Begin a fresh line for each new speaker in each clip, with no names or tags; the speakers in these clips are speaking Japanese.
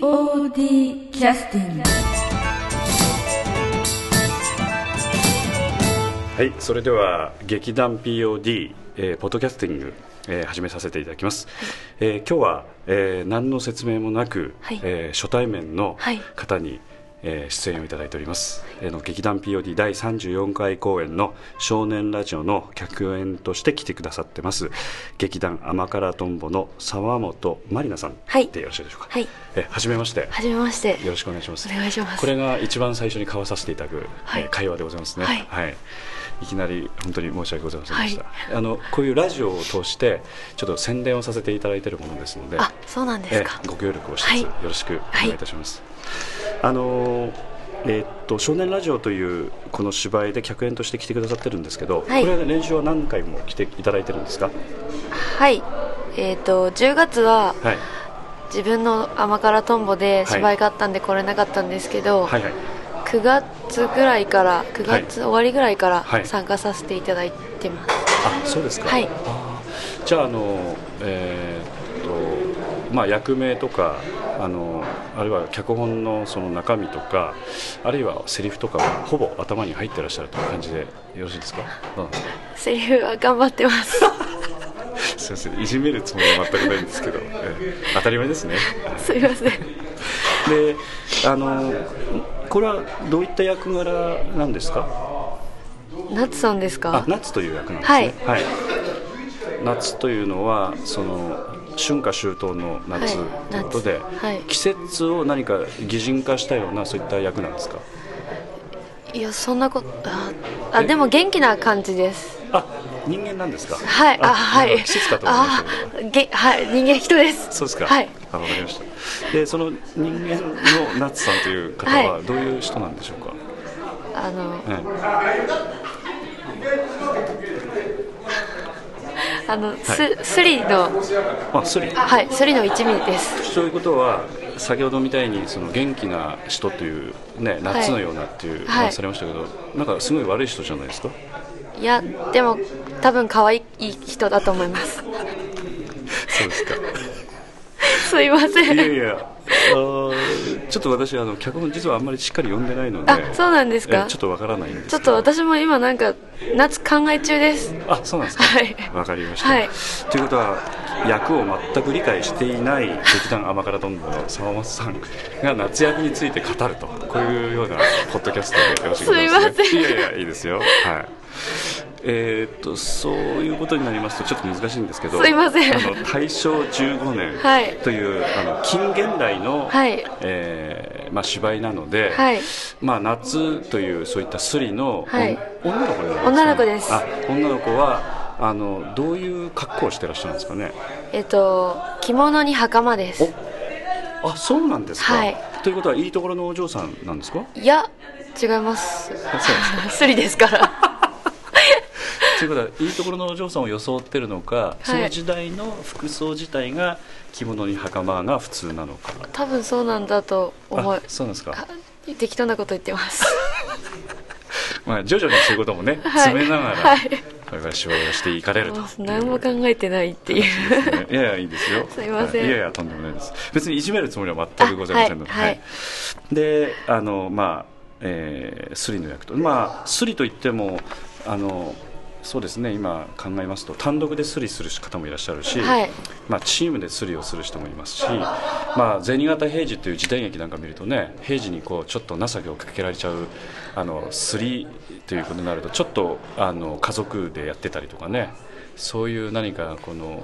POD キャスティング
はい、それでは劇団 POD、えーポッドキャスティング、えー始めさせていただきます、えー今日は、えー何の説明もなく、
はい
えー初対面の
はい
方に、えー出演をいただいております、えーの劇団 POD 第34回公演の少年ラジオの客演として来てくださってます劇団甘辛とんぼの沢本まりなさん
はい
でよろしいでしょうか
はい
えー初めまして
はじめまして
よろしくお願いします
お願いします
これが一番最初に交わさせていただく、
はい
えー会話でございますね
はい
い、いきなり本当に申し訳ございませんでした、
は
あのこういうラジオを通してちょっと宣伝をさせていただいているものですので
あそうなんですか
えーご協力をしつつ、
はい
よろしくお願いいたします、あのーえーっと少年ラジオというこの芝居で客演として来てくださってるんですけど、
はい
これは練習は何回も来ていただいてるんですか。
はいえっ、と10月は
はい、
自分の甘辛とんぼで芝居があったんで来れなかったんですけど、
はい、はい、
9月ぐらいから9月終わりぐらいか
はい
ら参加させていただいてます、
あ、そうですか。
はい
あーじゃああのえーっとまあ役名とかあのあるいは脚本のその中身とかあるいはセリフとかはほぼ頭に入ってらっしゃるという感じでよろしいですか。どうなんですか
セリフは頑張ってます
すいませんいじめるつもりは全くないんですけど、えー当たり前ですね。
すいません
であのこれはどういった役柄なんですか。
ナツさんです
あ
か
夏という役なんですね。はい。夏というのはその春夏秋冬の夏
はい
ということで、
夏はい
季節を何か擬人化したようなそういった役なんですか。
いやそんなことああでも元気な感じです
あ、人間なんですか。
はいあは
なん
い
か季節かと思いましたけど。
あげはい人間人です
そうですか。
はい
あ、わかりました。で、その人間の夏さんという方は
はい
どういう人なんでしょうか。
あの
は
あの、ススリの
い。あ、スリ。
はいスリの一味です
そういうことは先ほどみたいにその元気な人というね夏のようなっていう
はい
話されましたけど、なんかすごい悪い人じゃないですか。
いやでも多分可愛い人だと思います
そうですか。
すいませ
いや
ん
いや。あーちょっと私あの脚本実はあんまりしっかり読んでないので。
あそうなんですか
えちょっとわからないんですけど。
ちょっと私も今なんか夏考え中です
あそうなんですか。
はい
わかりました。
はい
ということは役を全く理解していない劇団甘辛どんどんの沢松さんが夏役について語るとこういうようなポッドキャストでよろしいですね。
すいません
いやいやいいですよ。はい。えーっとそういうことになりますとちょっと難しいんですけど
すいません
あの大正15
はい
年という、あの近現代の、
はい
えーまあ、芝居なので、
はい
まあ、夏というそういったスリの、
はい
お女の子になるんですね
女の子です
あ女の子はあのどういう格好をしてらっしゃるんですかね
えっと着物に袴です
あそうなんですか、
はい
ということはいいところのお嬢さんなんです か
いや違います
そうで
スリですから
ということはいいところのお嬢さんを装ってるのか、
い
その時代の服装自体が着物に袴が普通なのか
多分そうなんだと思
あ
い
そうなんですか
あ適当なこと言ってます
まあ徐々にそういうこともね、
はい
詰めながら、
はい
これから芝居をしていかれると
もう何も考えてないっていう
ねいやいやいいですよ
すいません
はいやいやとんでもないです別にいじめるつもりは全くございませんので、
あはいはい
であのまあ、えースリの役とまあスリといってもあのそうですね今考えますと単独でスリする方もいらっしゃるし、
はい
まあ、チームでスリをする人もいますし、まあ、銭形平次という時代劇なんか見るとね平次にこうちょっと情けをかけられちゃうあのスリということになるとちょっとあの家族でやってたりとかねそういう何かこの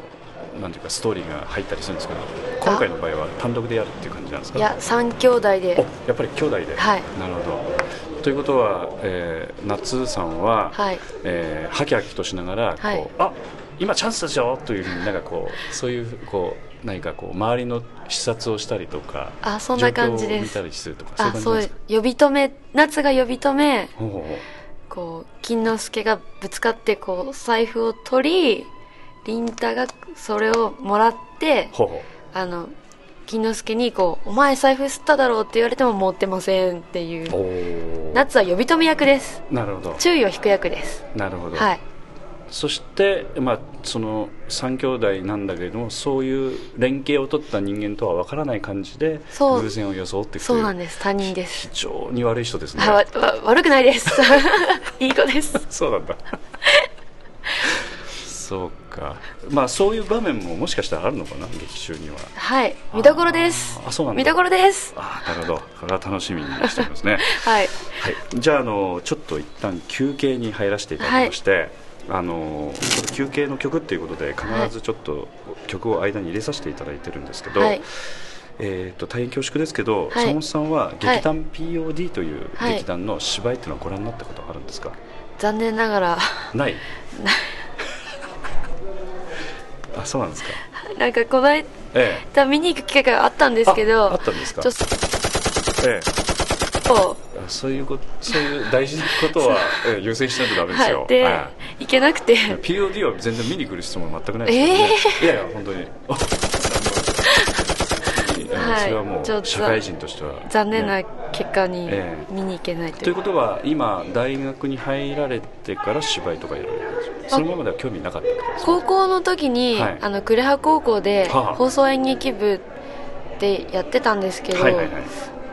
なんていうかストーリーが入ったりするんですけど今回の場合は単独でやるっていう感じなんですか
いや三兄弟で
おやっぱり兄弟で、
はい
なるほどということは、えー夏さんは、
はい
えーハキハキとしながらこう、
はい
あ今チャンスでしょというふうになんかこうそういうこう何かこう周りの視察をしたりとか
あそんな感じで
状
す
況を見たりするとか
あ
そう
そ
いうう感
呼び止め夏が呼び止め
じなんですかほうほうほう
こう金之助がぶつかってこう財布を取り凛太がそれをもらって
ほうほ
あの金之助にこう「お前財布吸っただろ」うって言われても持ってませんっていう
うおー
夏は呼び止め役です
なるほど
注意を引く役です
なるほど、
はい
そして、まあ、その3兄弟なんだけれどもそういう連携を取った人間とは分からない感じで
そう
偶然を装ってくる
そうなんです他人で
非
す
常に悪い人ですね
あわわ悪くないです いい子です
そうなんだ そうかまあそういう場面ももしかしたらあるのかな劇中には
はい見どころです
あそうなんだ
見どころです
ああなるほどこれは楽しみにしております ね
はい
はい、じゃああのちょっと一旦休憩に入らせていただきまして、あのちょっと休憩の曲っていうことで必ずちょっと曲を間に入れさせていただいてるんですけど、
はい
えー、と大変恐縮ですけど、
い
坂本さんは劇団 POD という
はい
劇団の芝居っていうのはご覧になったことはあるんですか、
残念ながら
ない あそうなんですか
なんかこの
ええ
間見に行く機会があったんですけ
ああ
ど
ったんですか
ちょっと
ええあそういうことそういう大事なことは、 ええ優先しないとダメですよ、
はいで
はい
行けなくて
いや POD は全然見に来る質問全くないですよね、いやいや本当にあのあの
はい
それはも
ちょっ
う
と
社会人としては、
残念な
ね
結果に
ええ
見に行けないと
と
い
いううことは今大学に入られてから芝居とかやられるんですよそのままでは興味なかったから
高校の時に、
はい
あの呉羽高校で
はあ
放送演劇部でやってたんですけど、
はいはいはい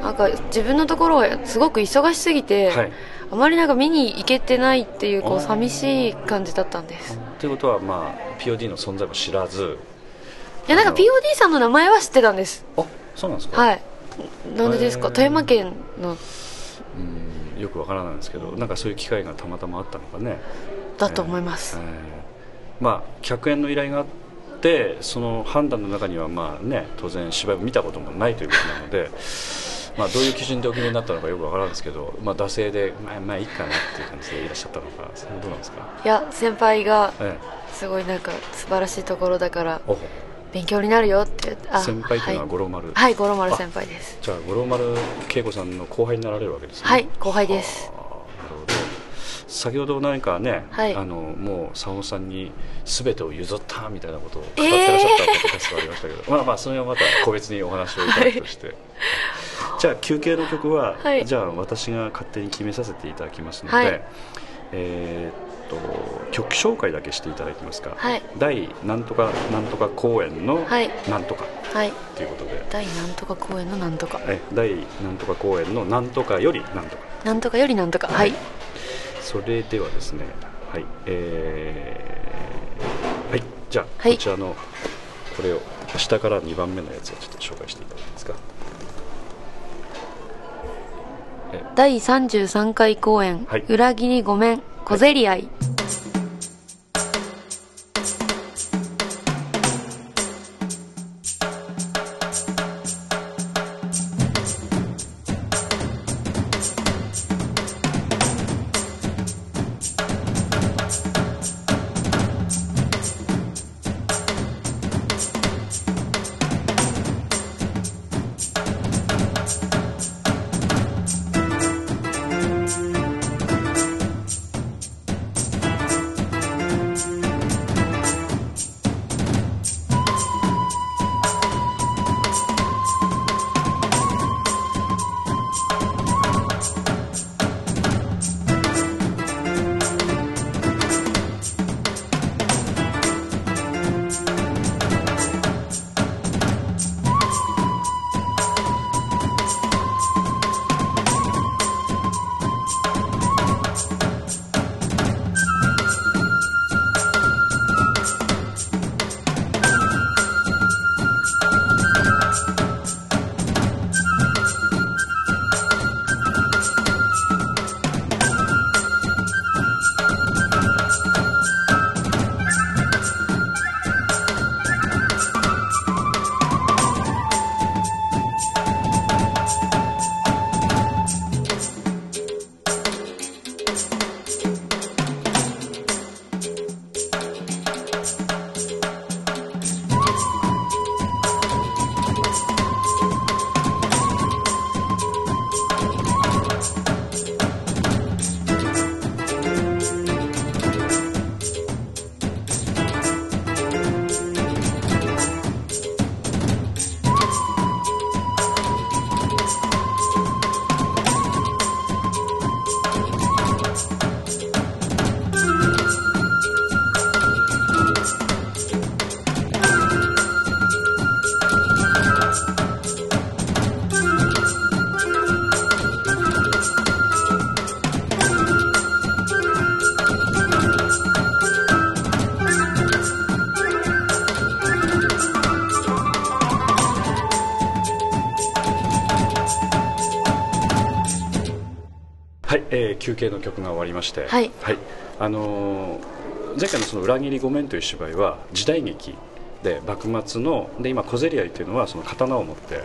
なんか自分のところはすごく忙しすぎて、
はい
あまりなんか見に行けてないっていうこ
あ
う
ー
寂しい感じだったんです
ということはまあ POD の存在も知らず
いやなんか
あの
POD さんの名前は知ってたんです
あそうなんですか、
はいなんでですか
へー
富山県の
うんよくわからないんですけどなんかそういう機会がたまたまあったのかね
だと思います
え、ーまあ客演の依頼があってその判断の中にはまあね当然芝居を見たこともないということなので まあどういう基準でお決めになったのかよくわからないんですけど、まあ、惰性でまあまあいいかなっていう感じでいらっしゃったのかそれはどうなんですか、
いや先輩が
ええ
すごいなんか素晴らしいところだから
お
勉強になるよって言ってあ
先輩というのは
は
五郎丸、
い、はい、五郎丸先輩です
じゃあ五郎丸恵子さんの後輩になられるわけですね
はい後輩です
あーなるほど先ほど何かね、
はい
あのもう坂本さんに全てを譲ったみたいなことを語ってらっしゃったポッドキャストがありましたけど、まあまあそれはまた個別にお話をいただくと して、じゃあ休憩の曲は、
はい
じゃあ私が勝手に決めさせていただきますので、
はい
えーっと曲紹介だけしていただきますか、
はい
第なんとかなんとか公演の
はい
なんとか
はい
ということで、
第なんとか公演のなんとか
え第なんとか公演のなんとかよりなんとか
なんとかよりなんとかはい
それではですねはいえーはいじゃあ、
はい
こちらのこれを下から2番目のやつをちょっと紹介していただけますか
第33回公演、
はい
裏切りごめん小競り合い、
「
はい、えー休憩の曲が終わりまして、
はい
あのー前回のその裏切りごめんという芝居は時代劇で幕末ので今小競り合いというのはその刀を持って、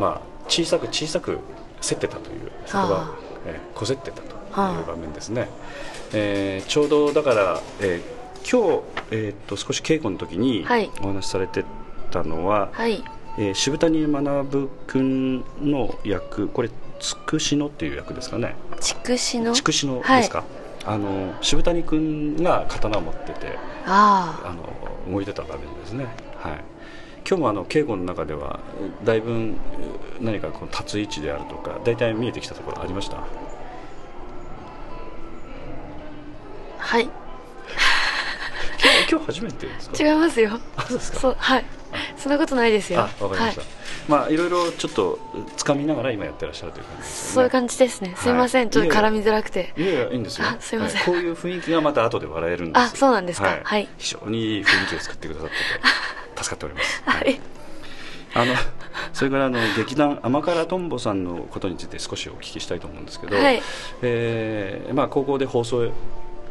まあ、小さく小さく競ってたという言葉
はあ
えー、こぜってたとい
はあ
う場面ですね、えーちょうどだから、えー今日、えーっと少し稽古の時に
はい
お話しされてたのは、
はい
えー渋谷学君の役これつくしのっていう役ですかね
筑紫の
筑紫のですか、あの渋谷君が刀を持ってて
あ
あの動いてた場面ですねはい今日もあの稽古の中ではだいぶん何かこう立つ位置であるとか大体見えてきたところありました
あはい
今日今日初めてですか
違いますよ
あそうですか
そうはいそんなことないですよ
あわかりました、
はい、
まあいろいろちょっとつかみながら今やってらっしゃるという感じですよね
そういう感じですねすいません、
はい
ちょっと絡みづらくて
いやいやいいんですよ
あすいません
はこういう雰囲気がまた後で笑えるんですよ
あそうなんですかはい
非常にいい雰囲気を作ってくださってて助かっております
はい、
あのそれからあの劇団「甘辛とんぼ」さんのことについて少しお聞きしたいと思うんですけど、
はい
えーまあ、高校で放送演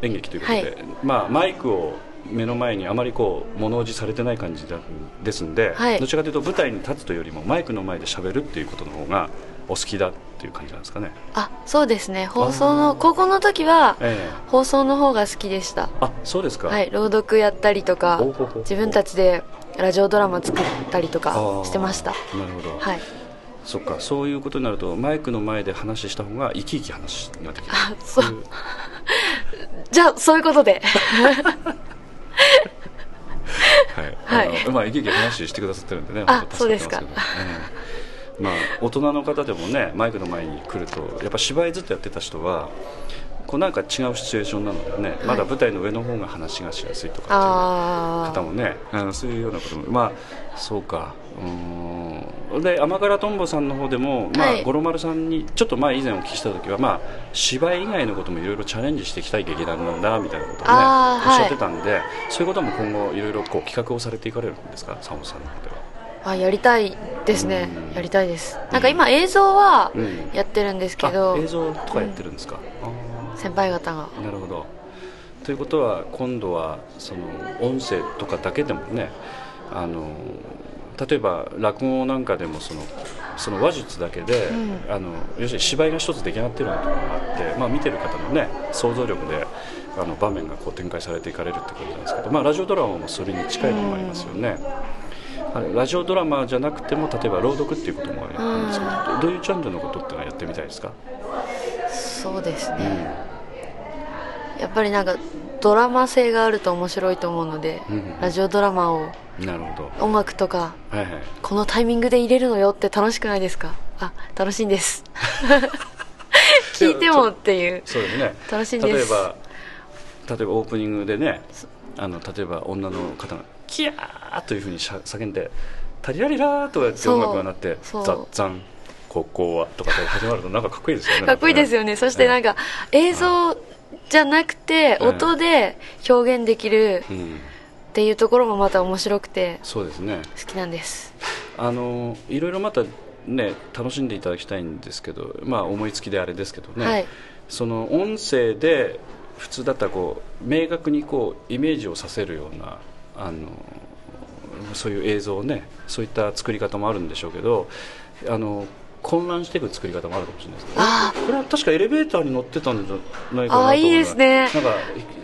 劇ということで、
はい
まあ、マイクを目の前にあまりこう物おじされてない感じだですんで、
はい
どちらかというと舞台に立つというよりもマイクの前で喋るっていうことの方がお好きだっていう感じなんですかね。
あそうですね放送の高校の時は
ええ
放送の方が好きでした
あそうですか、
はい朗読やったりとか
おほほほ
自分たちでラジオドラマ作ったりとか
あー
してました
なるほど、
はい
そっかそういうことになるとマイクの前で話した方が生き生き話ができる
あそうじゃあそういうことで
はい、
はい
あのまあ生き生き話してくださってるんでね
あ
本当助ってますけどねええまあ大人の方でもねマイクの前に来るとやっぱ芝居ずっとやってた人はこうなんか違うシチュエーションなのでね、まだ舞台の上の方が話がしやすいとかっていう
あ
方
あ
もねあのそういうようなこともまあそうかうーんで甘辛とんぼさんの方でも、まあ
はい
五郎丸さんにちょっと前以前お聞きした時は、まあ、芝居以外のこともいろいろチャレンジしていきたい劇団なんだみたいなことをね
あー
おっ
は
しゃっ
い
てたんで、そういうことも今後いろいろこう企画をされていかれるんですかサ本さんの方では。
あやりたいですね
うん
やりたいですなんか今映像は
うん
やってるんですけど、
あ映像とかやってるんですか、あ
先輩方が
ーなるほどということは今度はその音声とかだけでもねあの例えば落語なんかでもそのその話術だけで、あの要するに芝居が一つ出来上がってるようなところがあって、まあ、見てる方のね想像力であの場面がこう展開されていかれるってことなんですけど、まあ、ラジオドラマもそれに近いものがありますよね。あれラジオドラマじゃなくても例えば朗読っていうこともあるんですけど、どういうジャンルのことってのはやってみたいですか
そうですね、やっぱりなんかドラマ性があると面白いと思うので、
うん
ラジオドラマを
なるほ
音楽とか
ど、はいはい、
このタイミングで入れるのよって楽しくないですかあ楽しいんです 聞いてもっていう
そうですね
楽しいです
例えば例えばオープニングでねあの例えば女の方が「キャー!」というふうにしゃ叫んで「タリラリラ!」とかって
そう
音楽が鳴って「ザ
そう
ッザンここは」とかで始まるとなんかかっこいいですよね
かっこいいですよねそしてなん
か、
か映像じゃなくて
うん
音で表現できる
ねうん、
っていうところもまた面白くて
そうですね
好きなんです
あのいろいろまたね楽しんでいただきたいんですけどまあ思いつきであれですけどね、
はい
その音声で普通だったらこう明確にこうイメージをさせるようなあのそういう映像ねそういった作り方もあるんでしょうけどあの混乱していく作り方もあるかもしれないですね
あ
これは確かエレベーターに乗ってたんじゃないかなと思
あーいいですね
なんか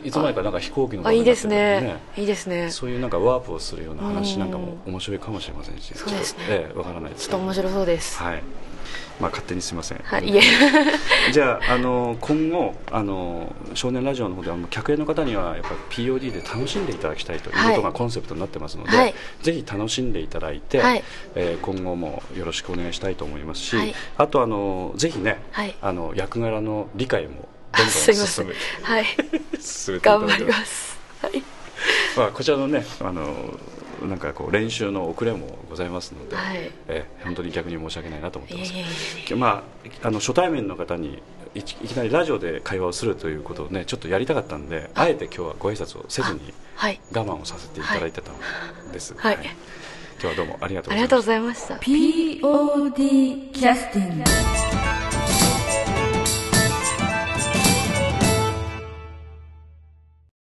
いいつまでかなんか飛行機の
あ
場面に
いい
な
で
って
す
るんで
ねいいですねちょ
そういうなんかワープをするような話なんかも
う
面白いかもしれませんし、
そうですね
ちょっとええわからないです
っ
け
と
ど
面白そうです
はい。まあ勝手にすみません。
はい いえ
じゃああの今後あの少年ラジオの方ではもう客演の方にはやっぱ POD で楽しんでいただきたいということ
は
が
い
コンセプトになってますので、
はい
ぜひ楽しんでいただいて、
はい
えー今後もよろしくお願いしたいと思いますし、
はい
あとあのぜひね、
はい
あの役柄の理解も
あ
どんどん
すいませ
進
ん
め
はい
進めていた
頑
だ
張
け
り
れば
ますはい
まあこちらのねあのなんかこう練習の遅れもございますので、
はい
えー本当に逆に申し訳ないなと思って
いえ
ま
い
す。
えいえ
まあ、あの初対面の方にいきいきなりラジオで会話をするということをねちょっとやりたかったんであえて今日はご挨拶をせずに
はい
我慢をさせていただいてたんです、
はい
今日はどうもありがとう
あ
ご
り
ざいま
がとう
し
ございました
POD キャスティング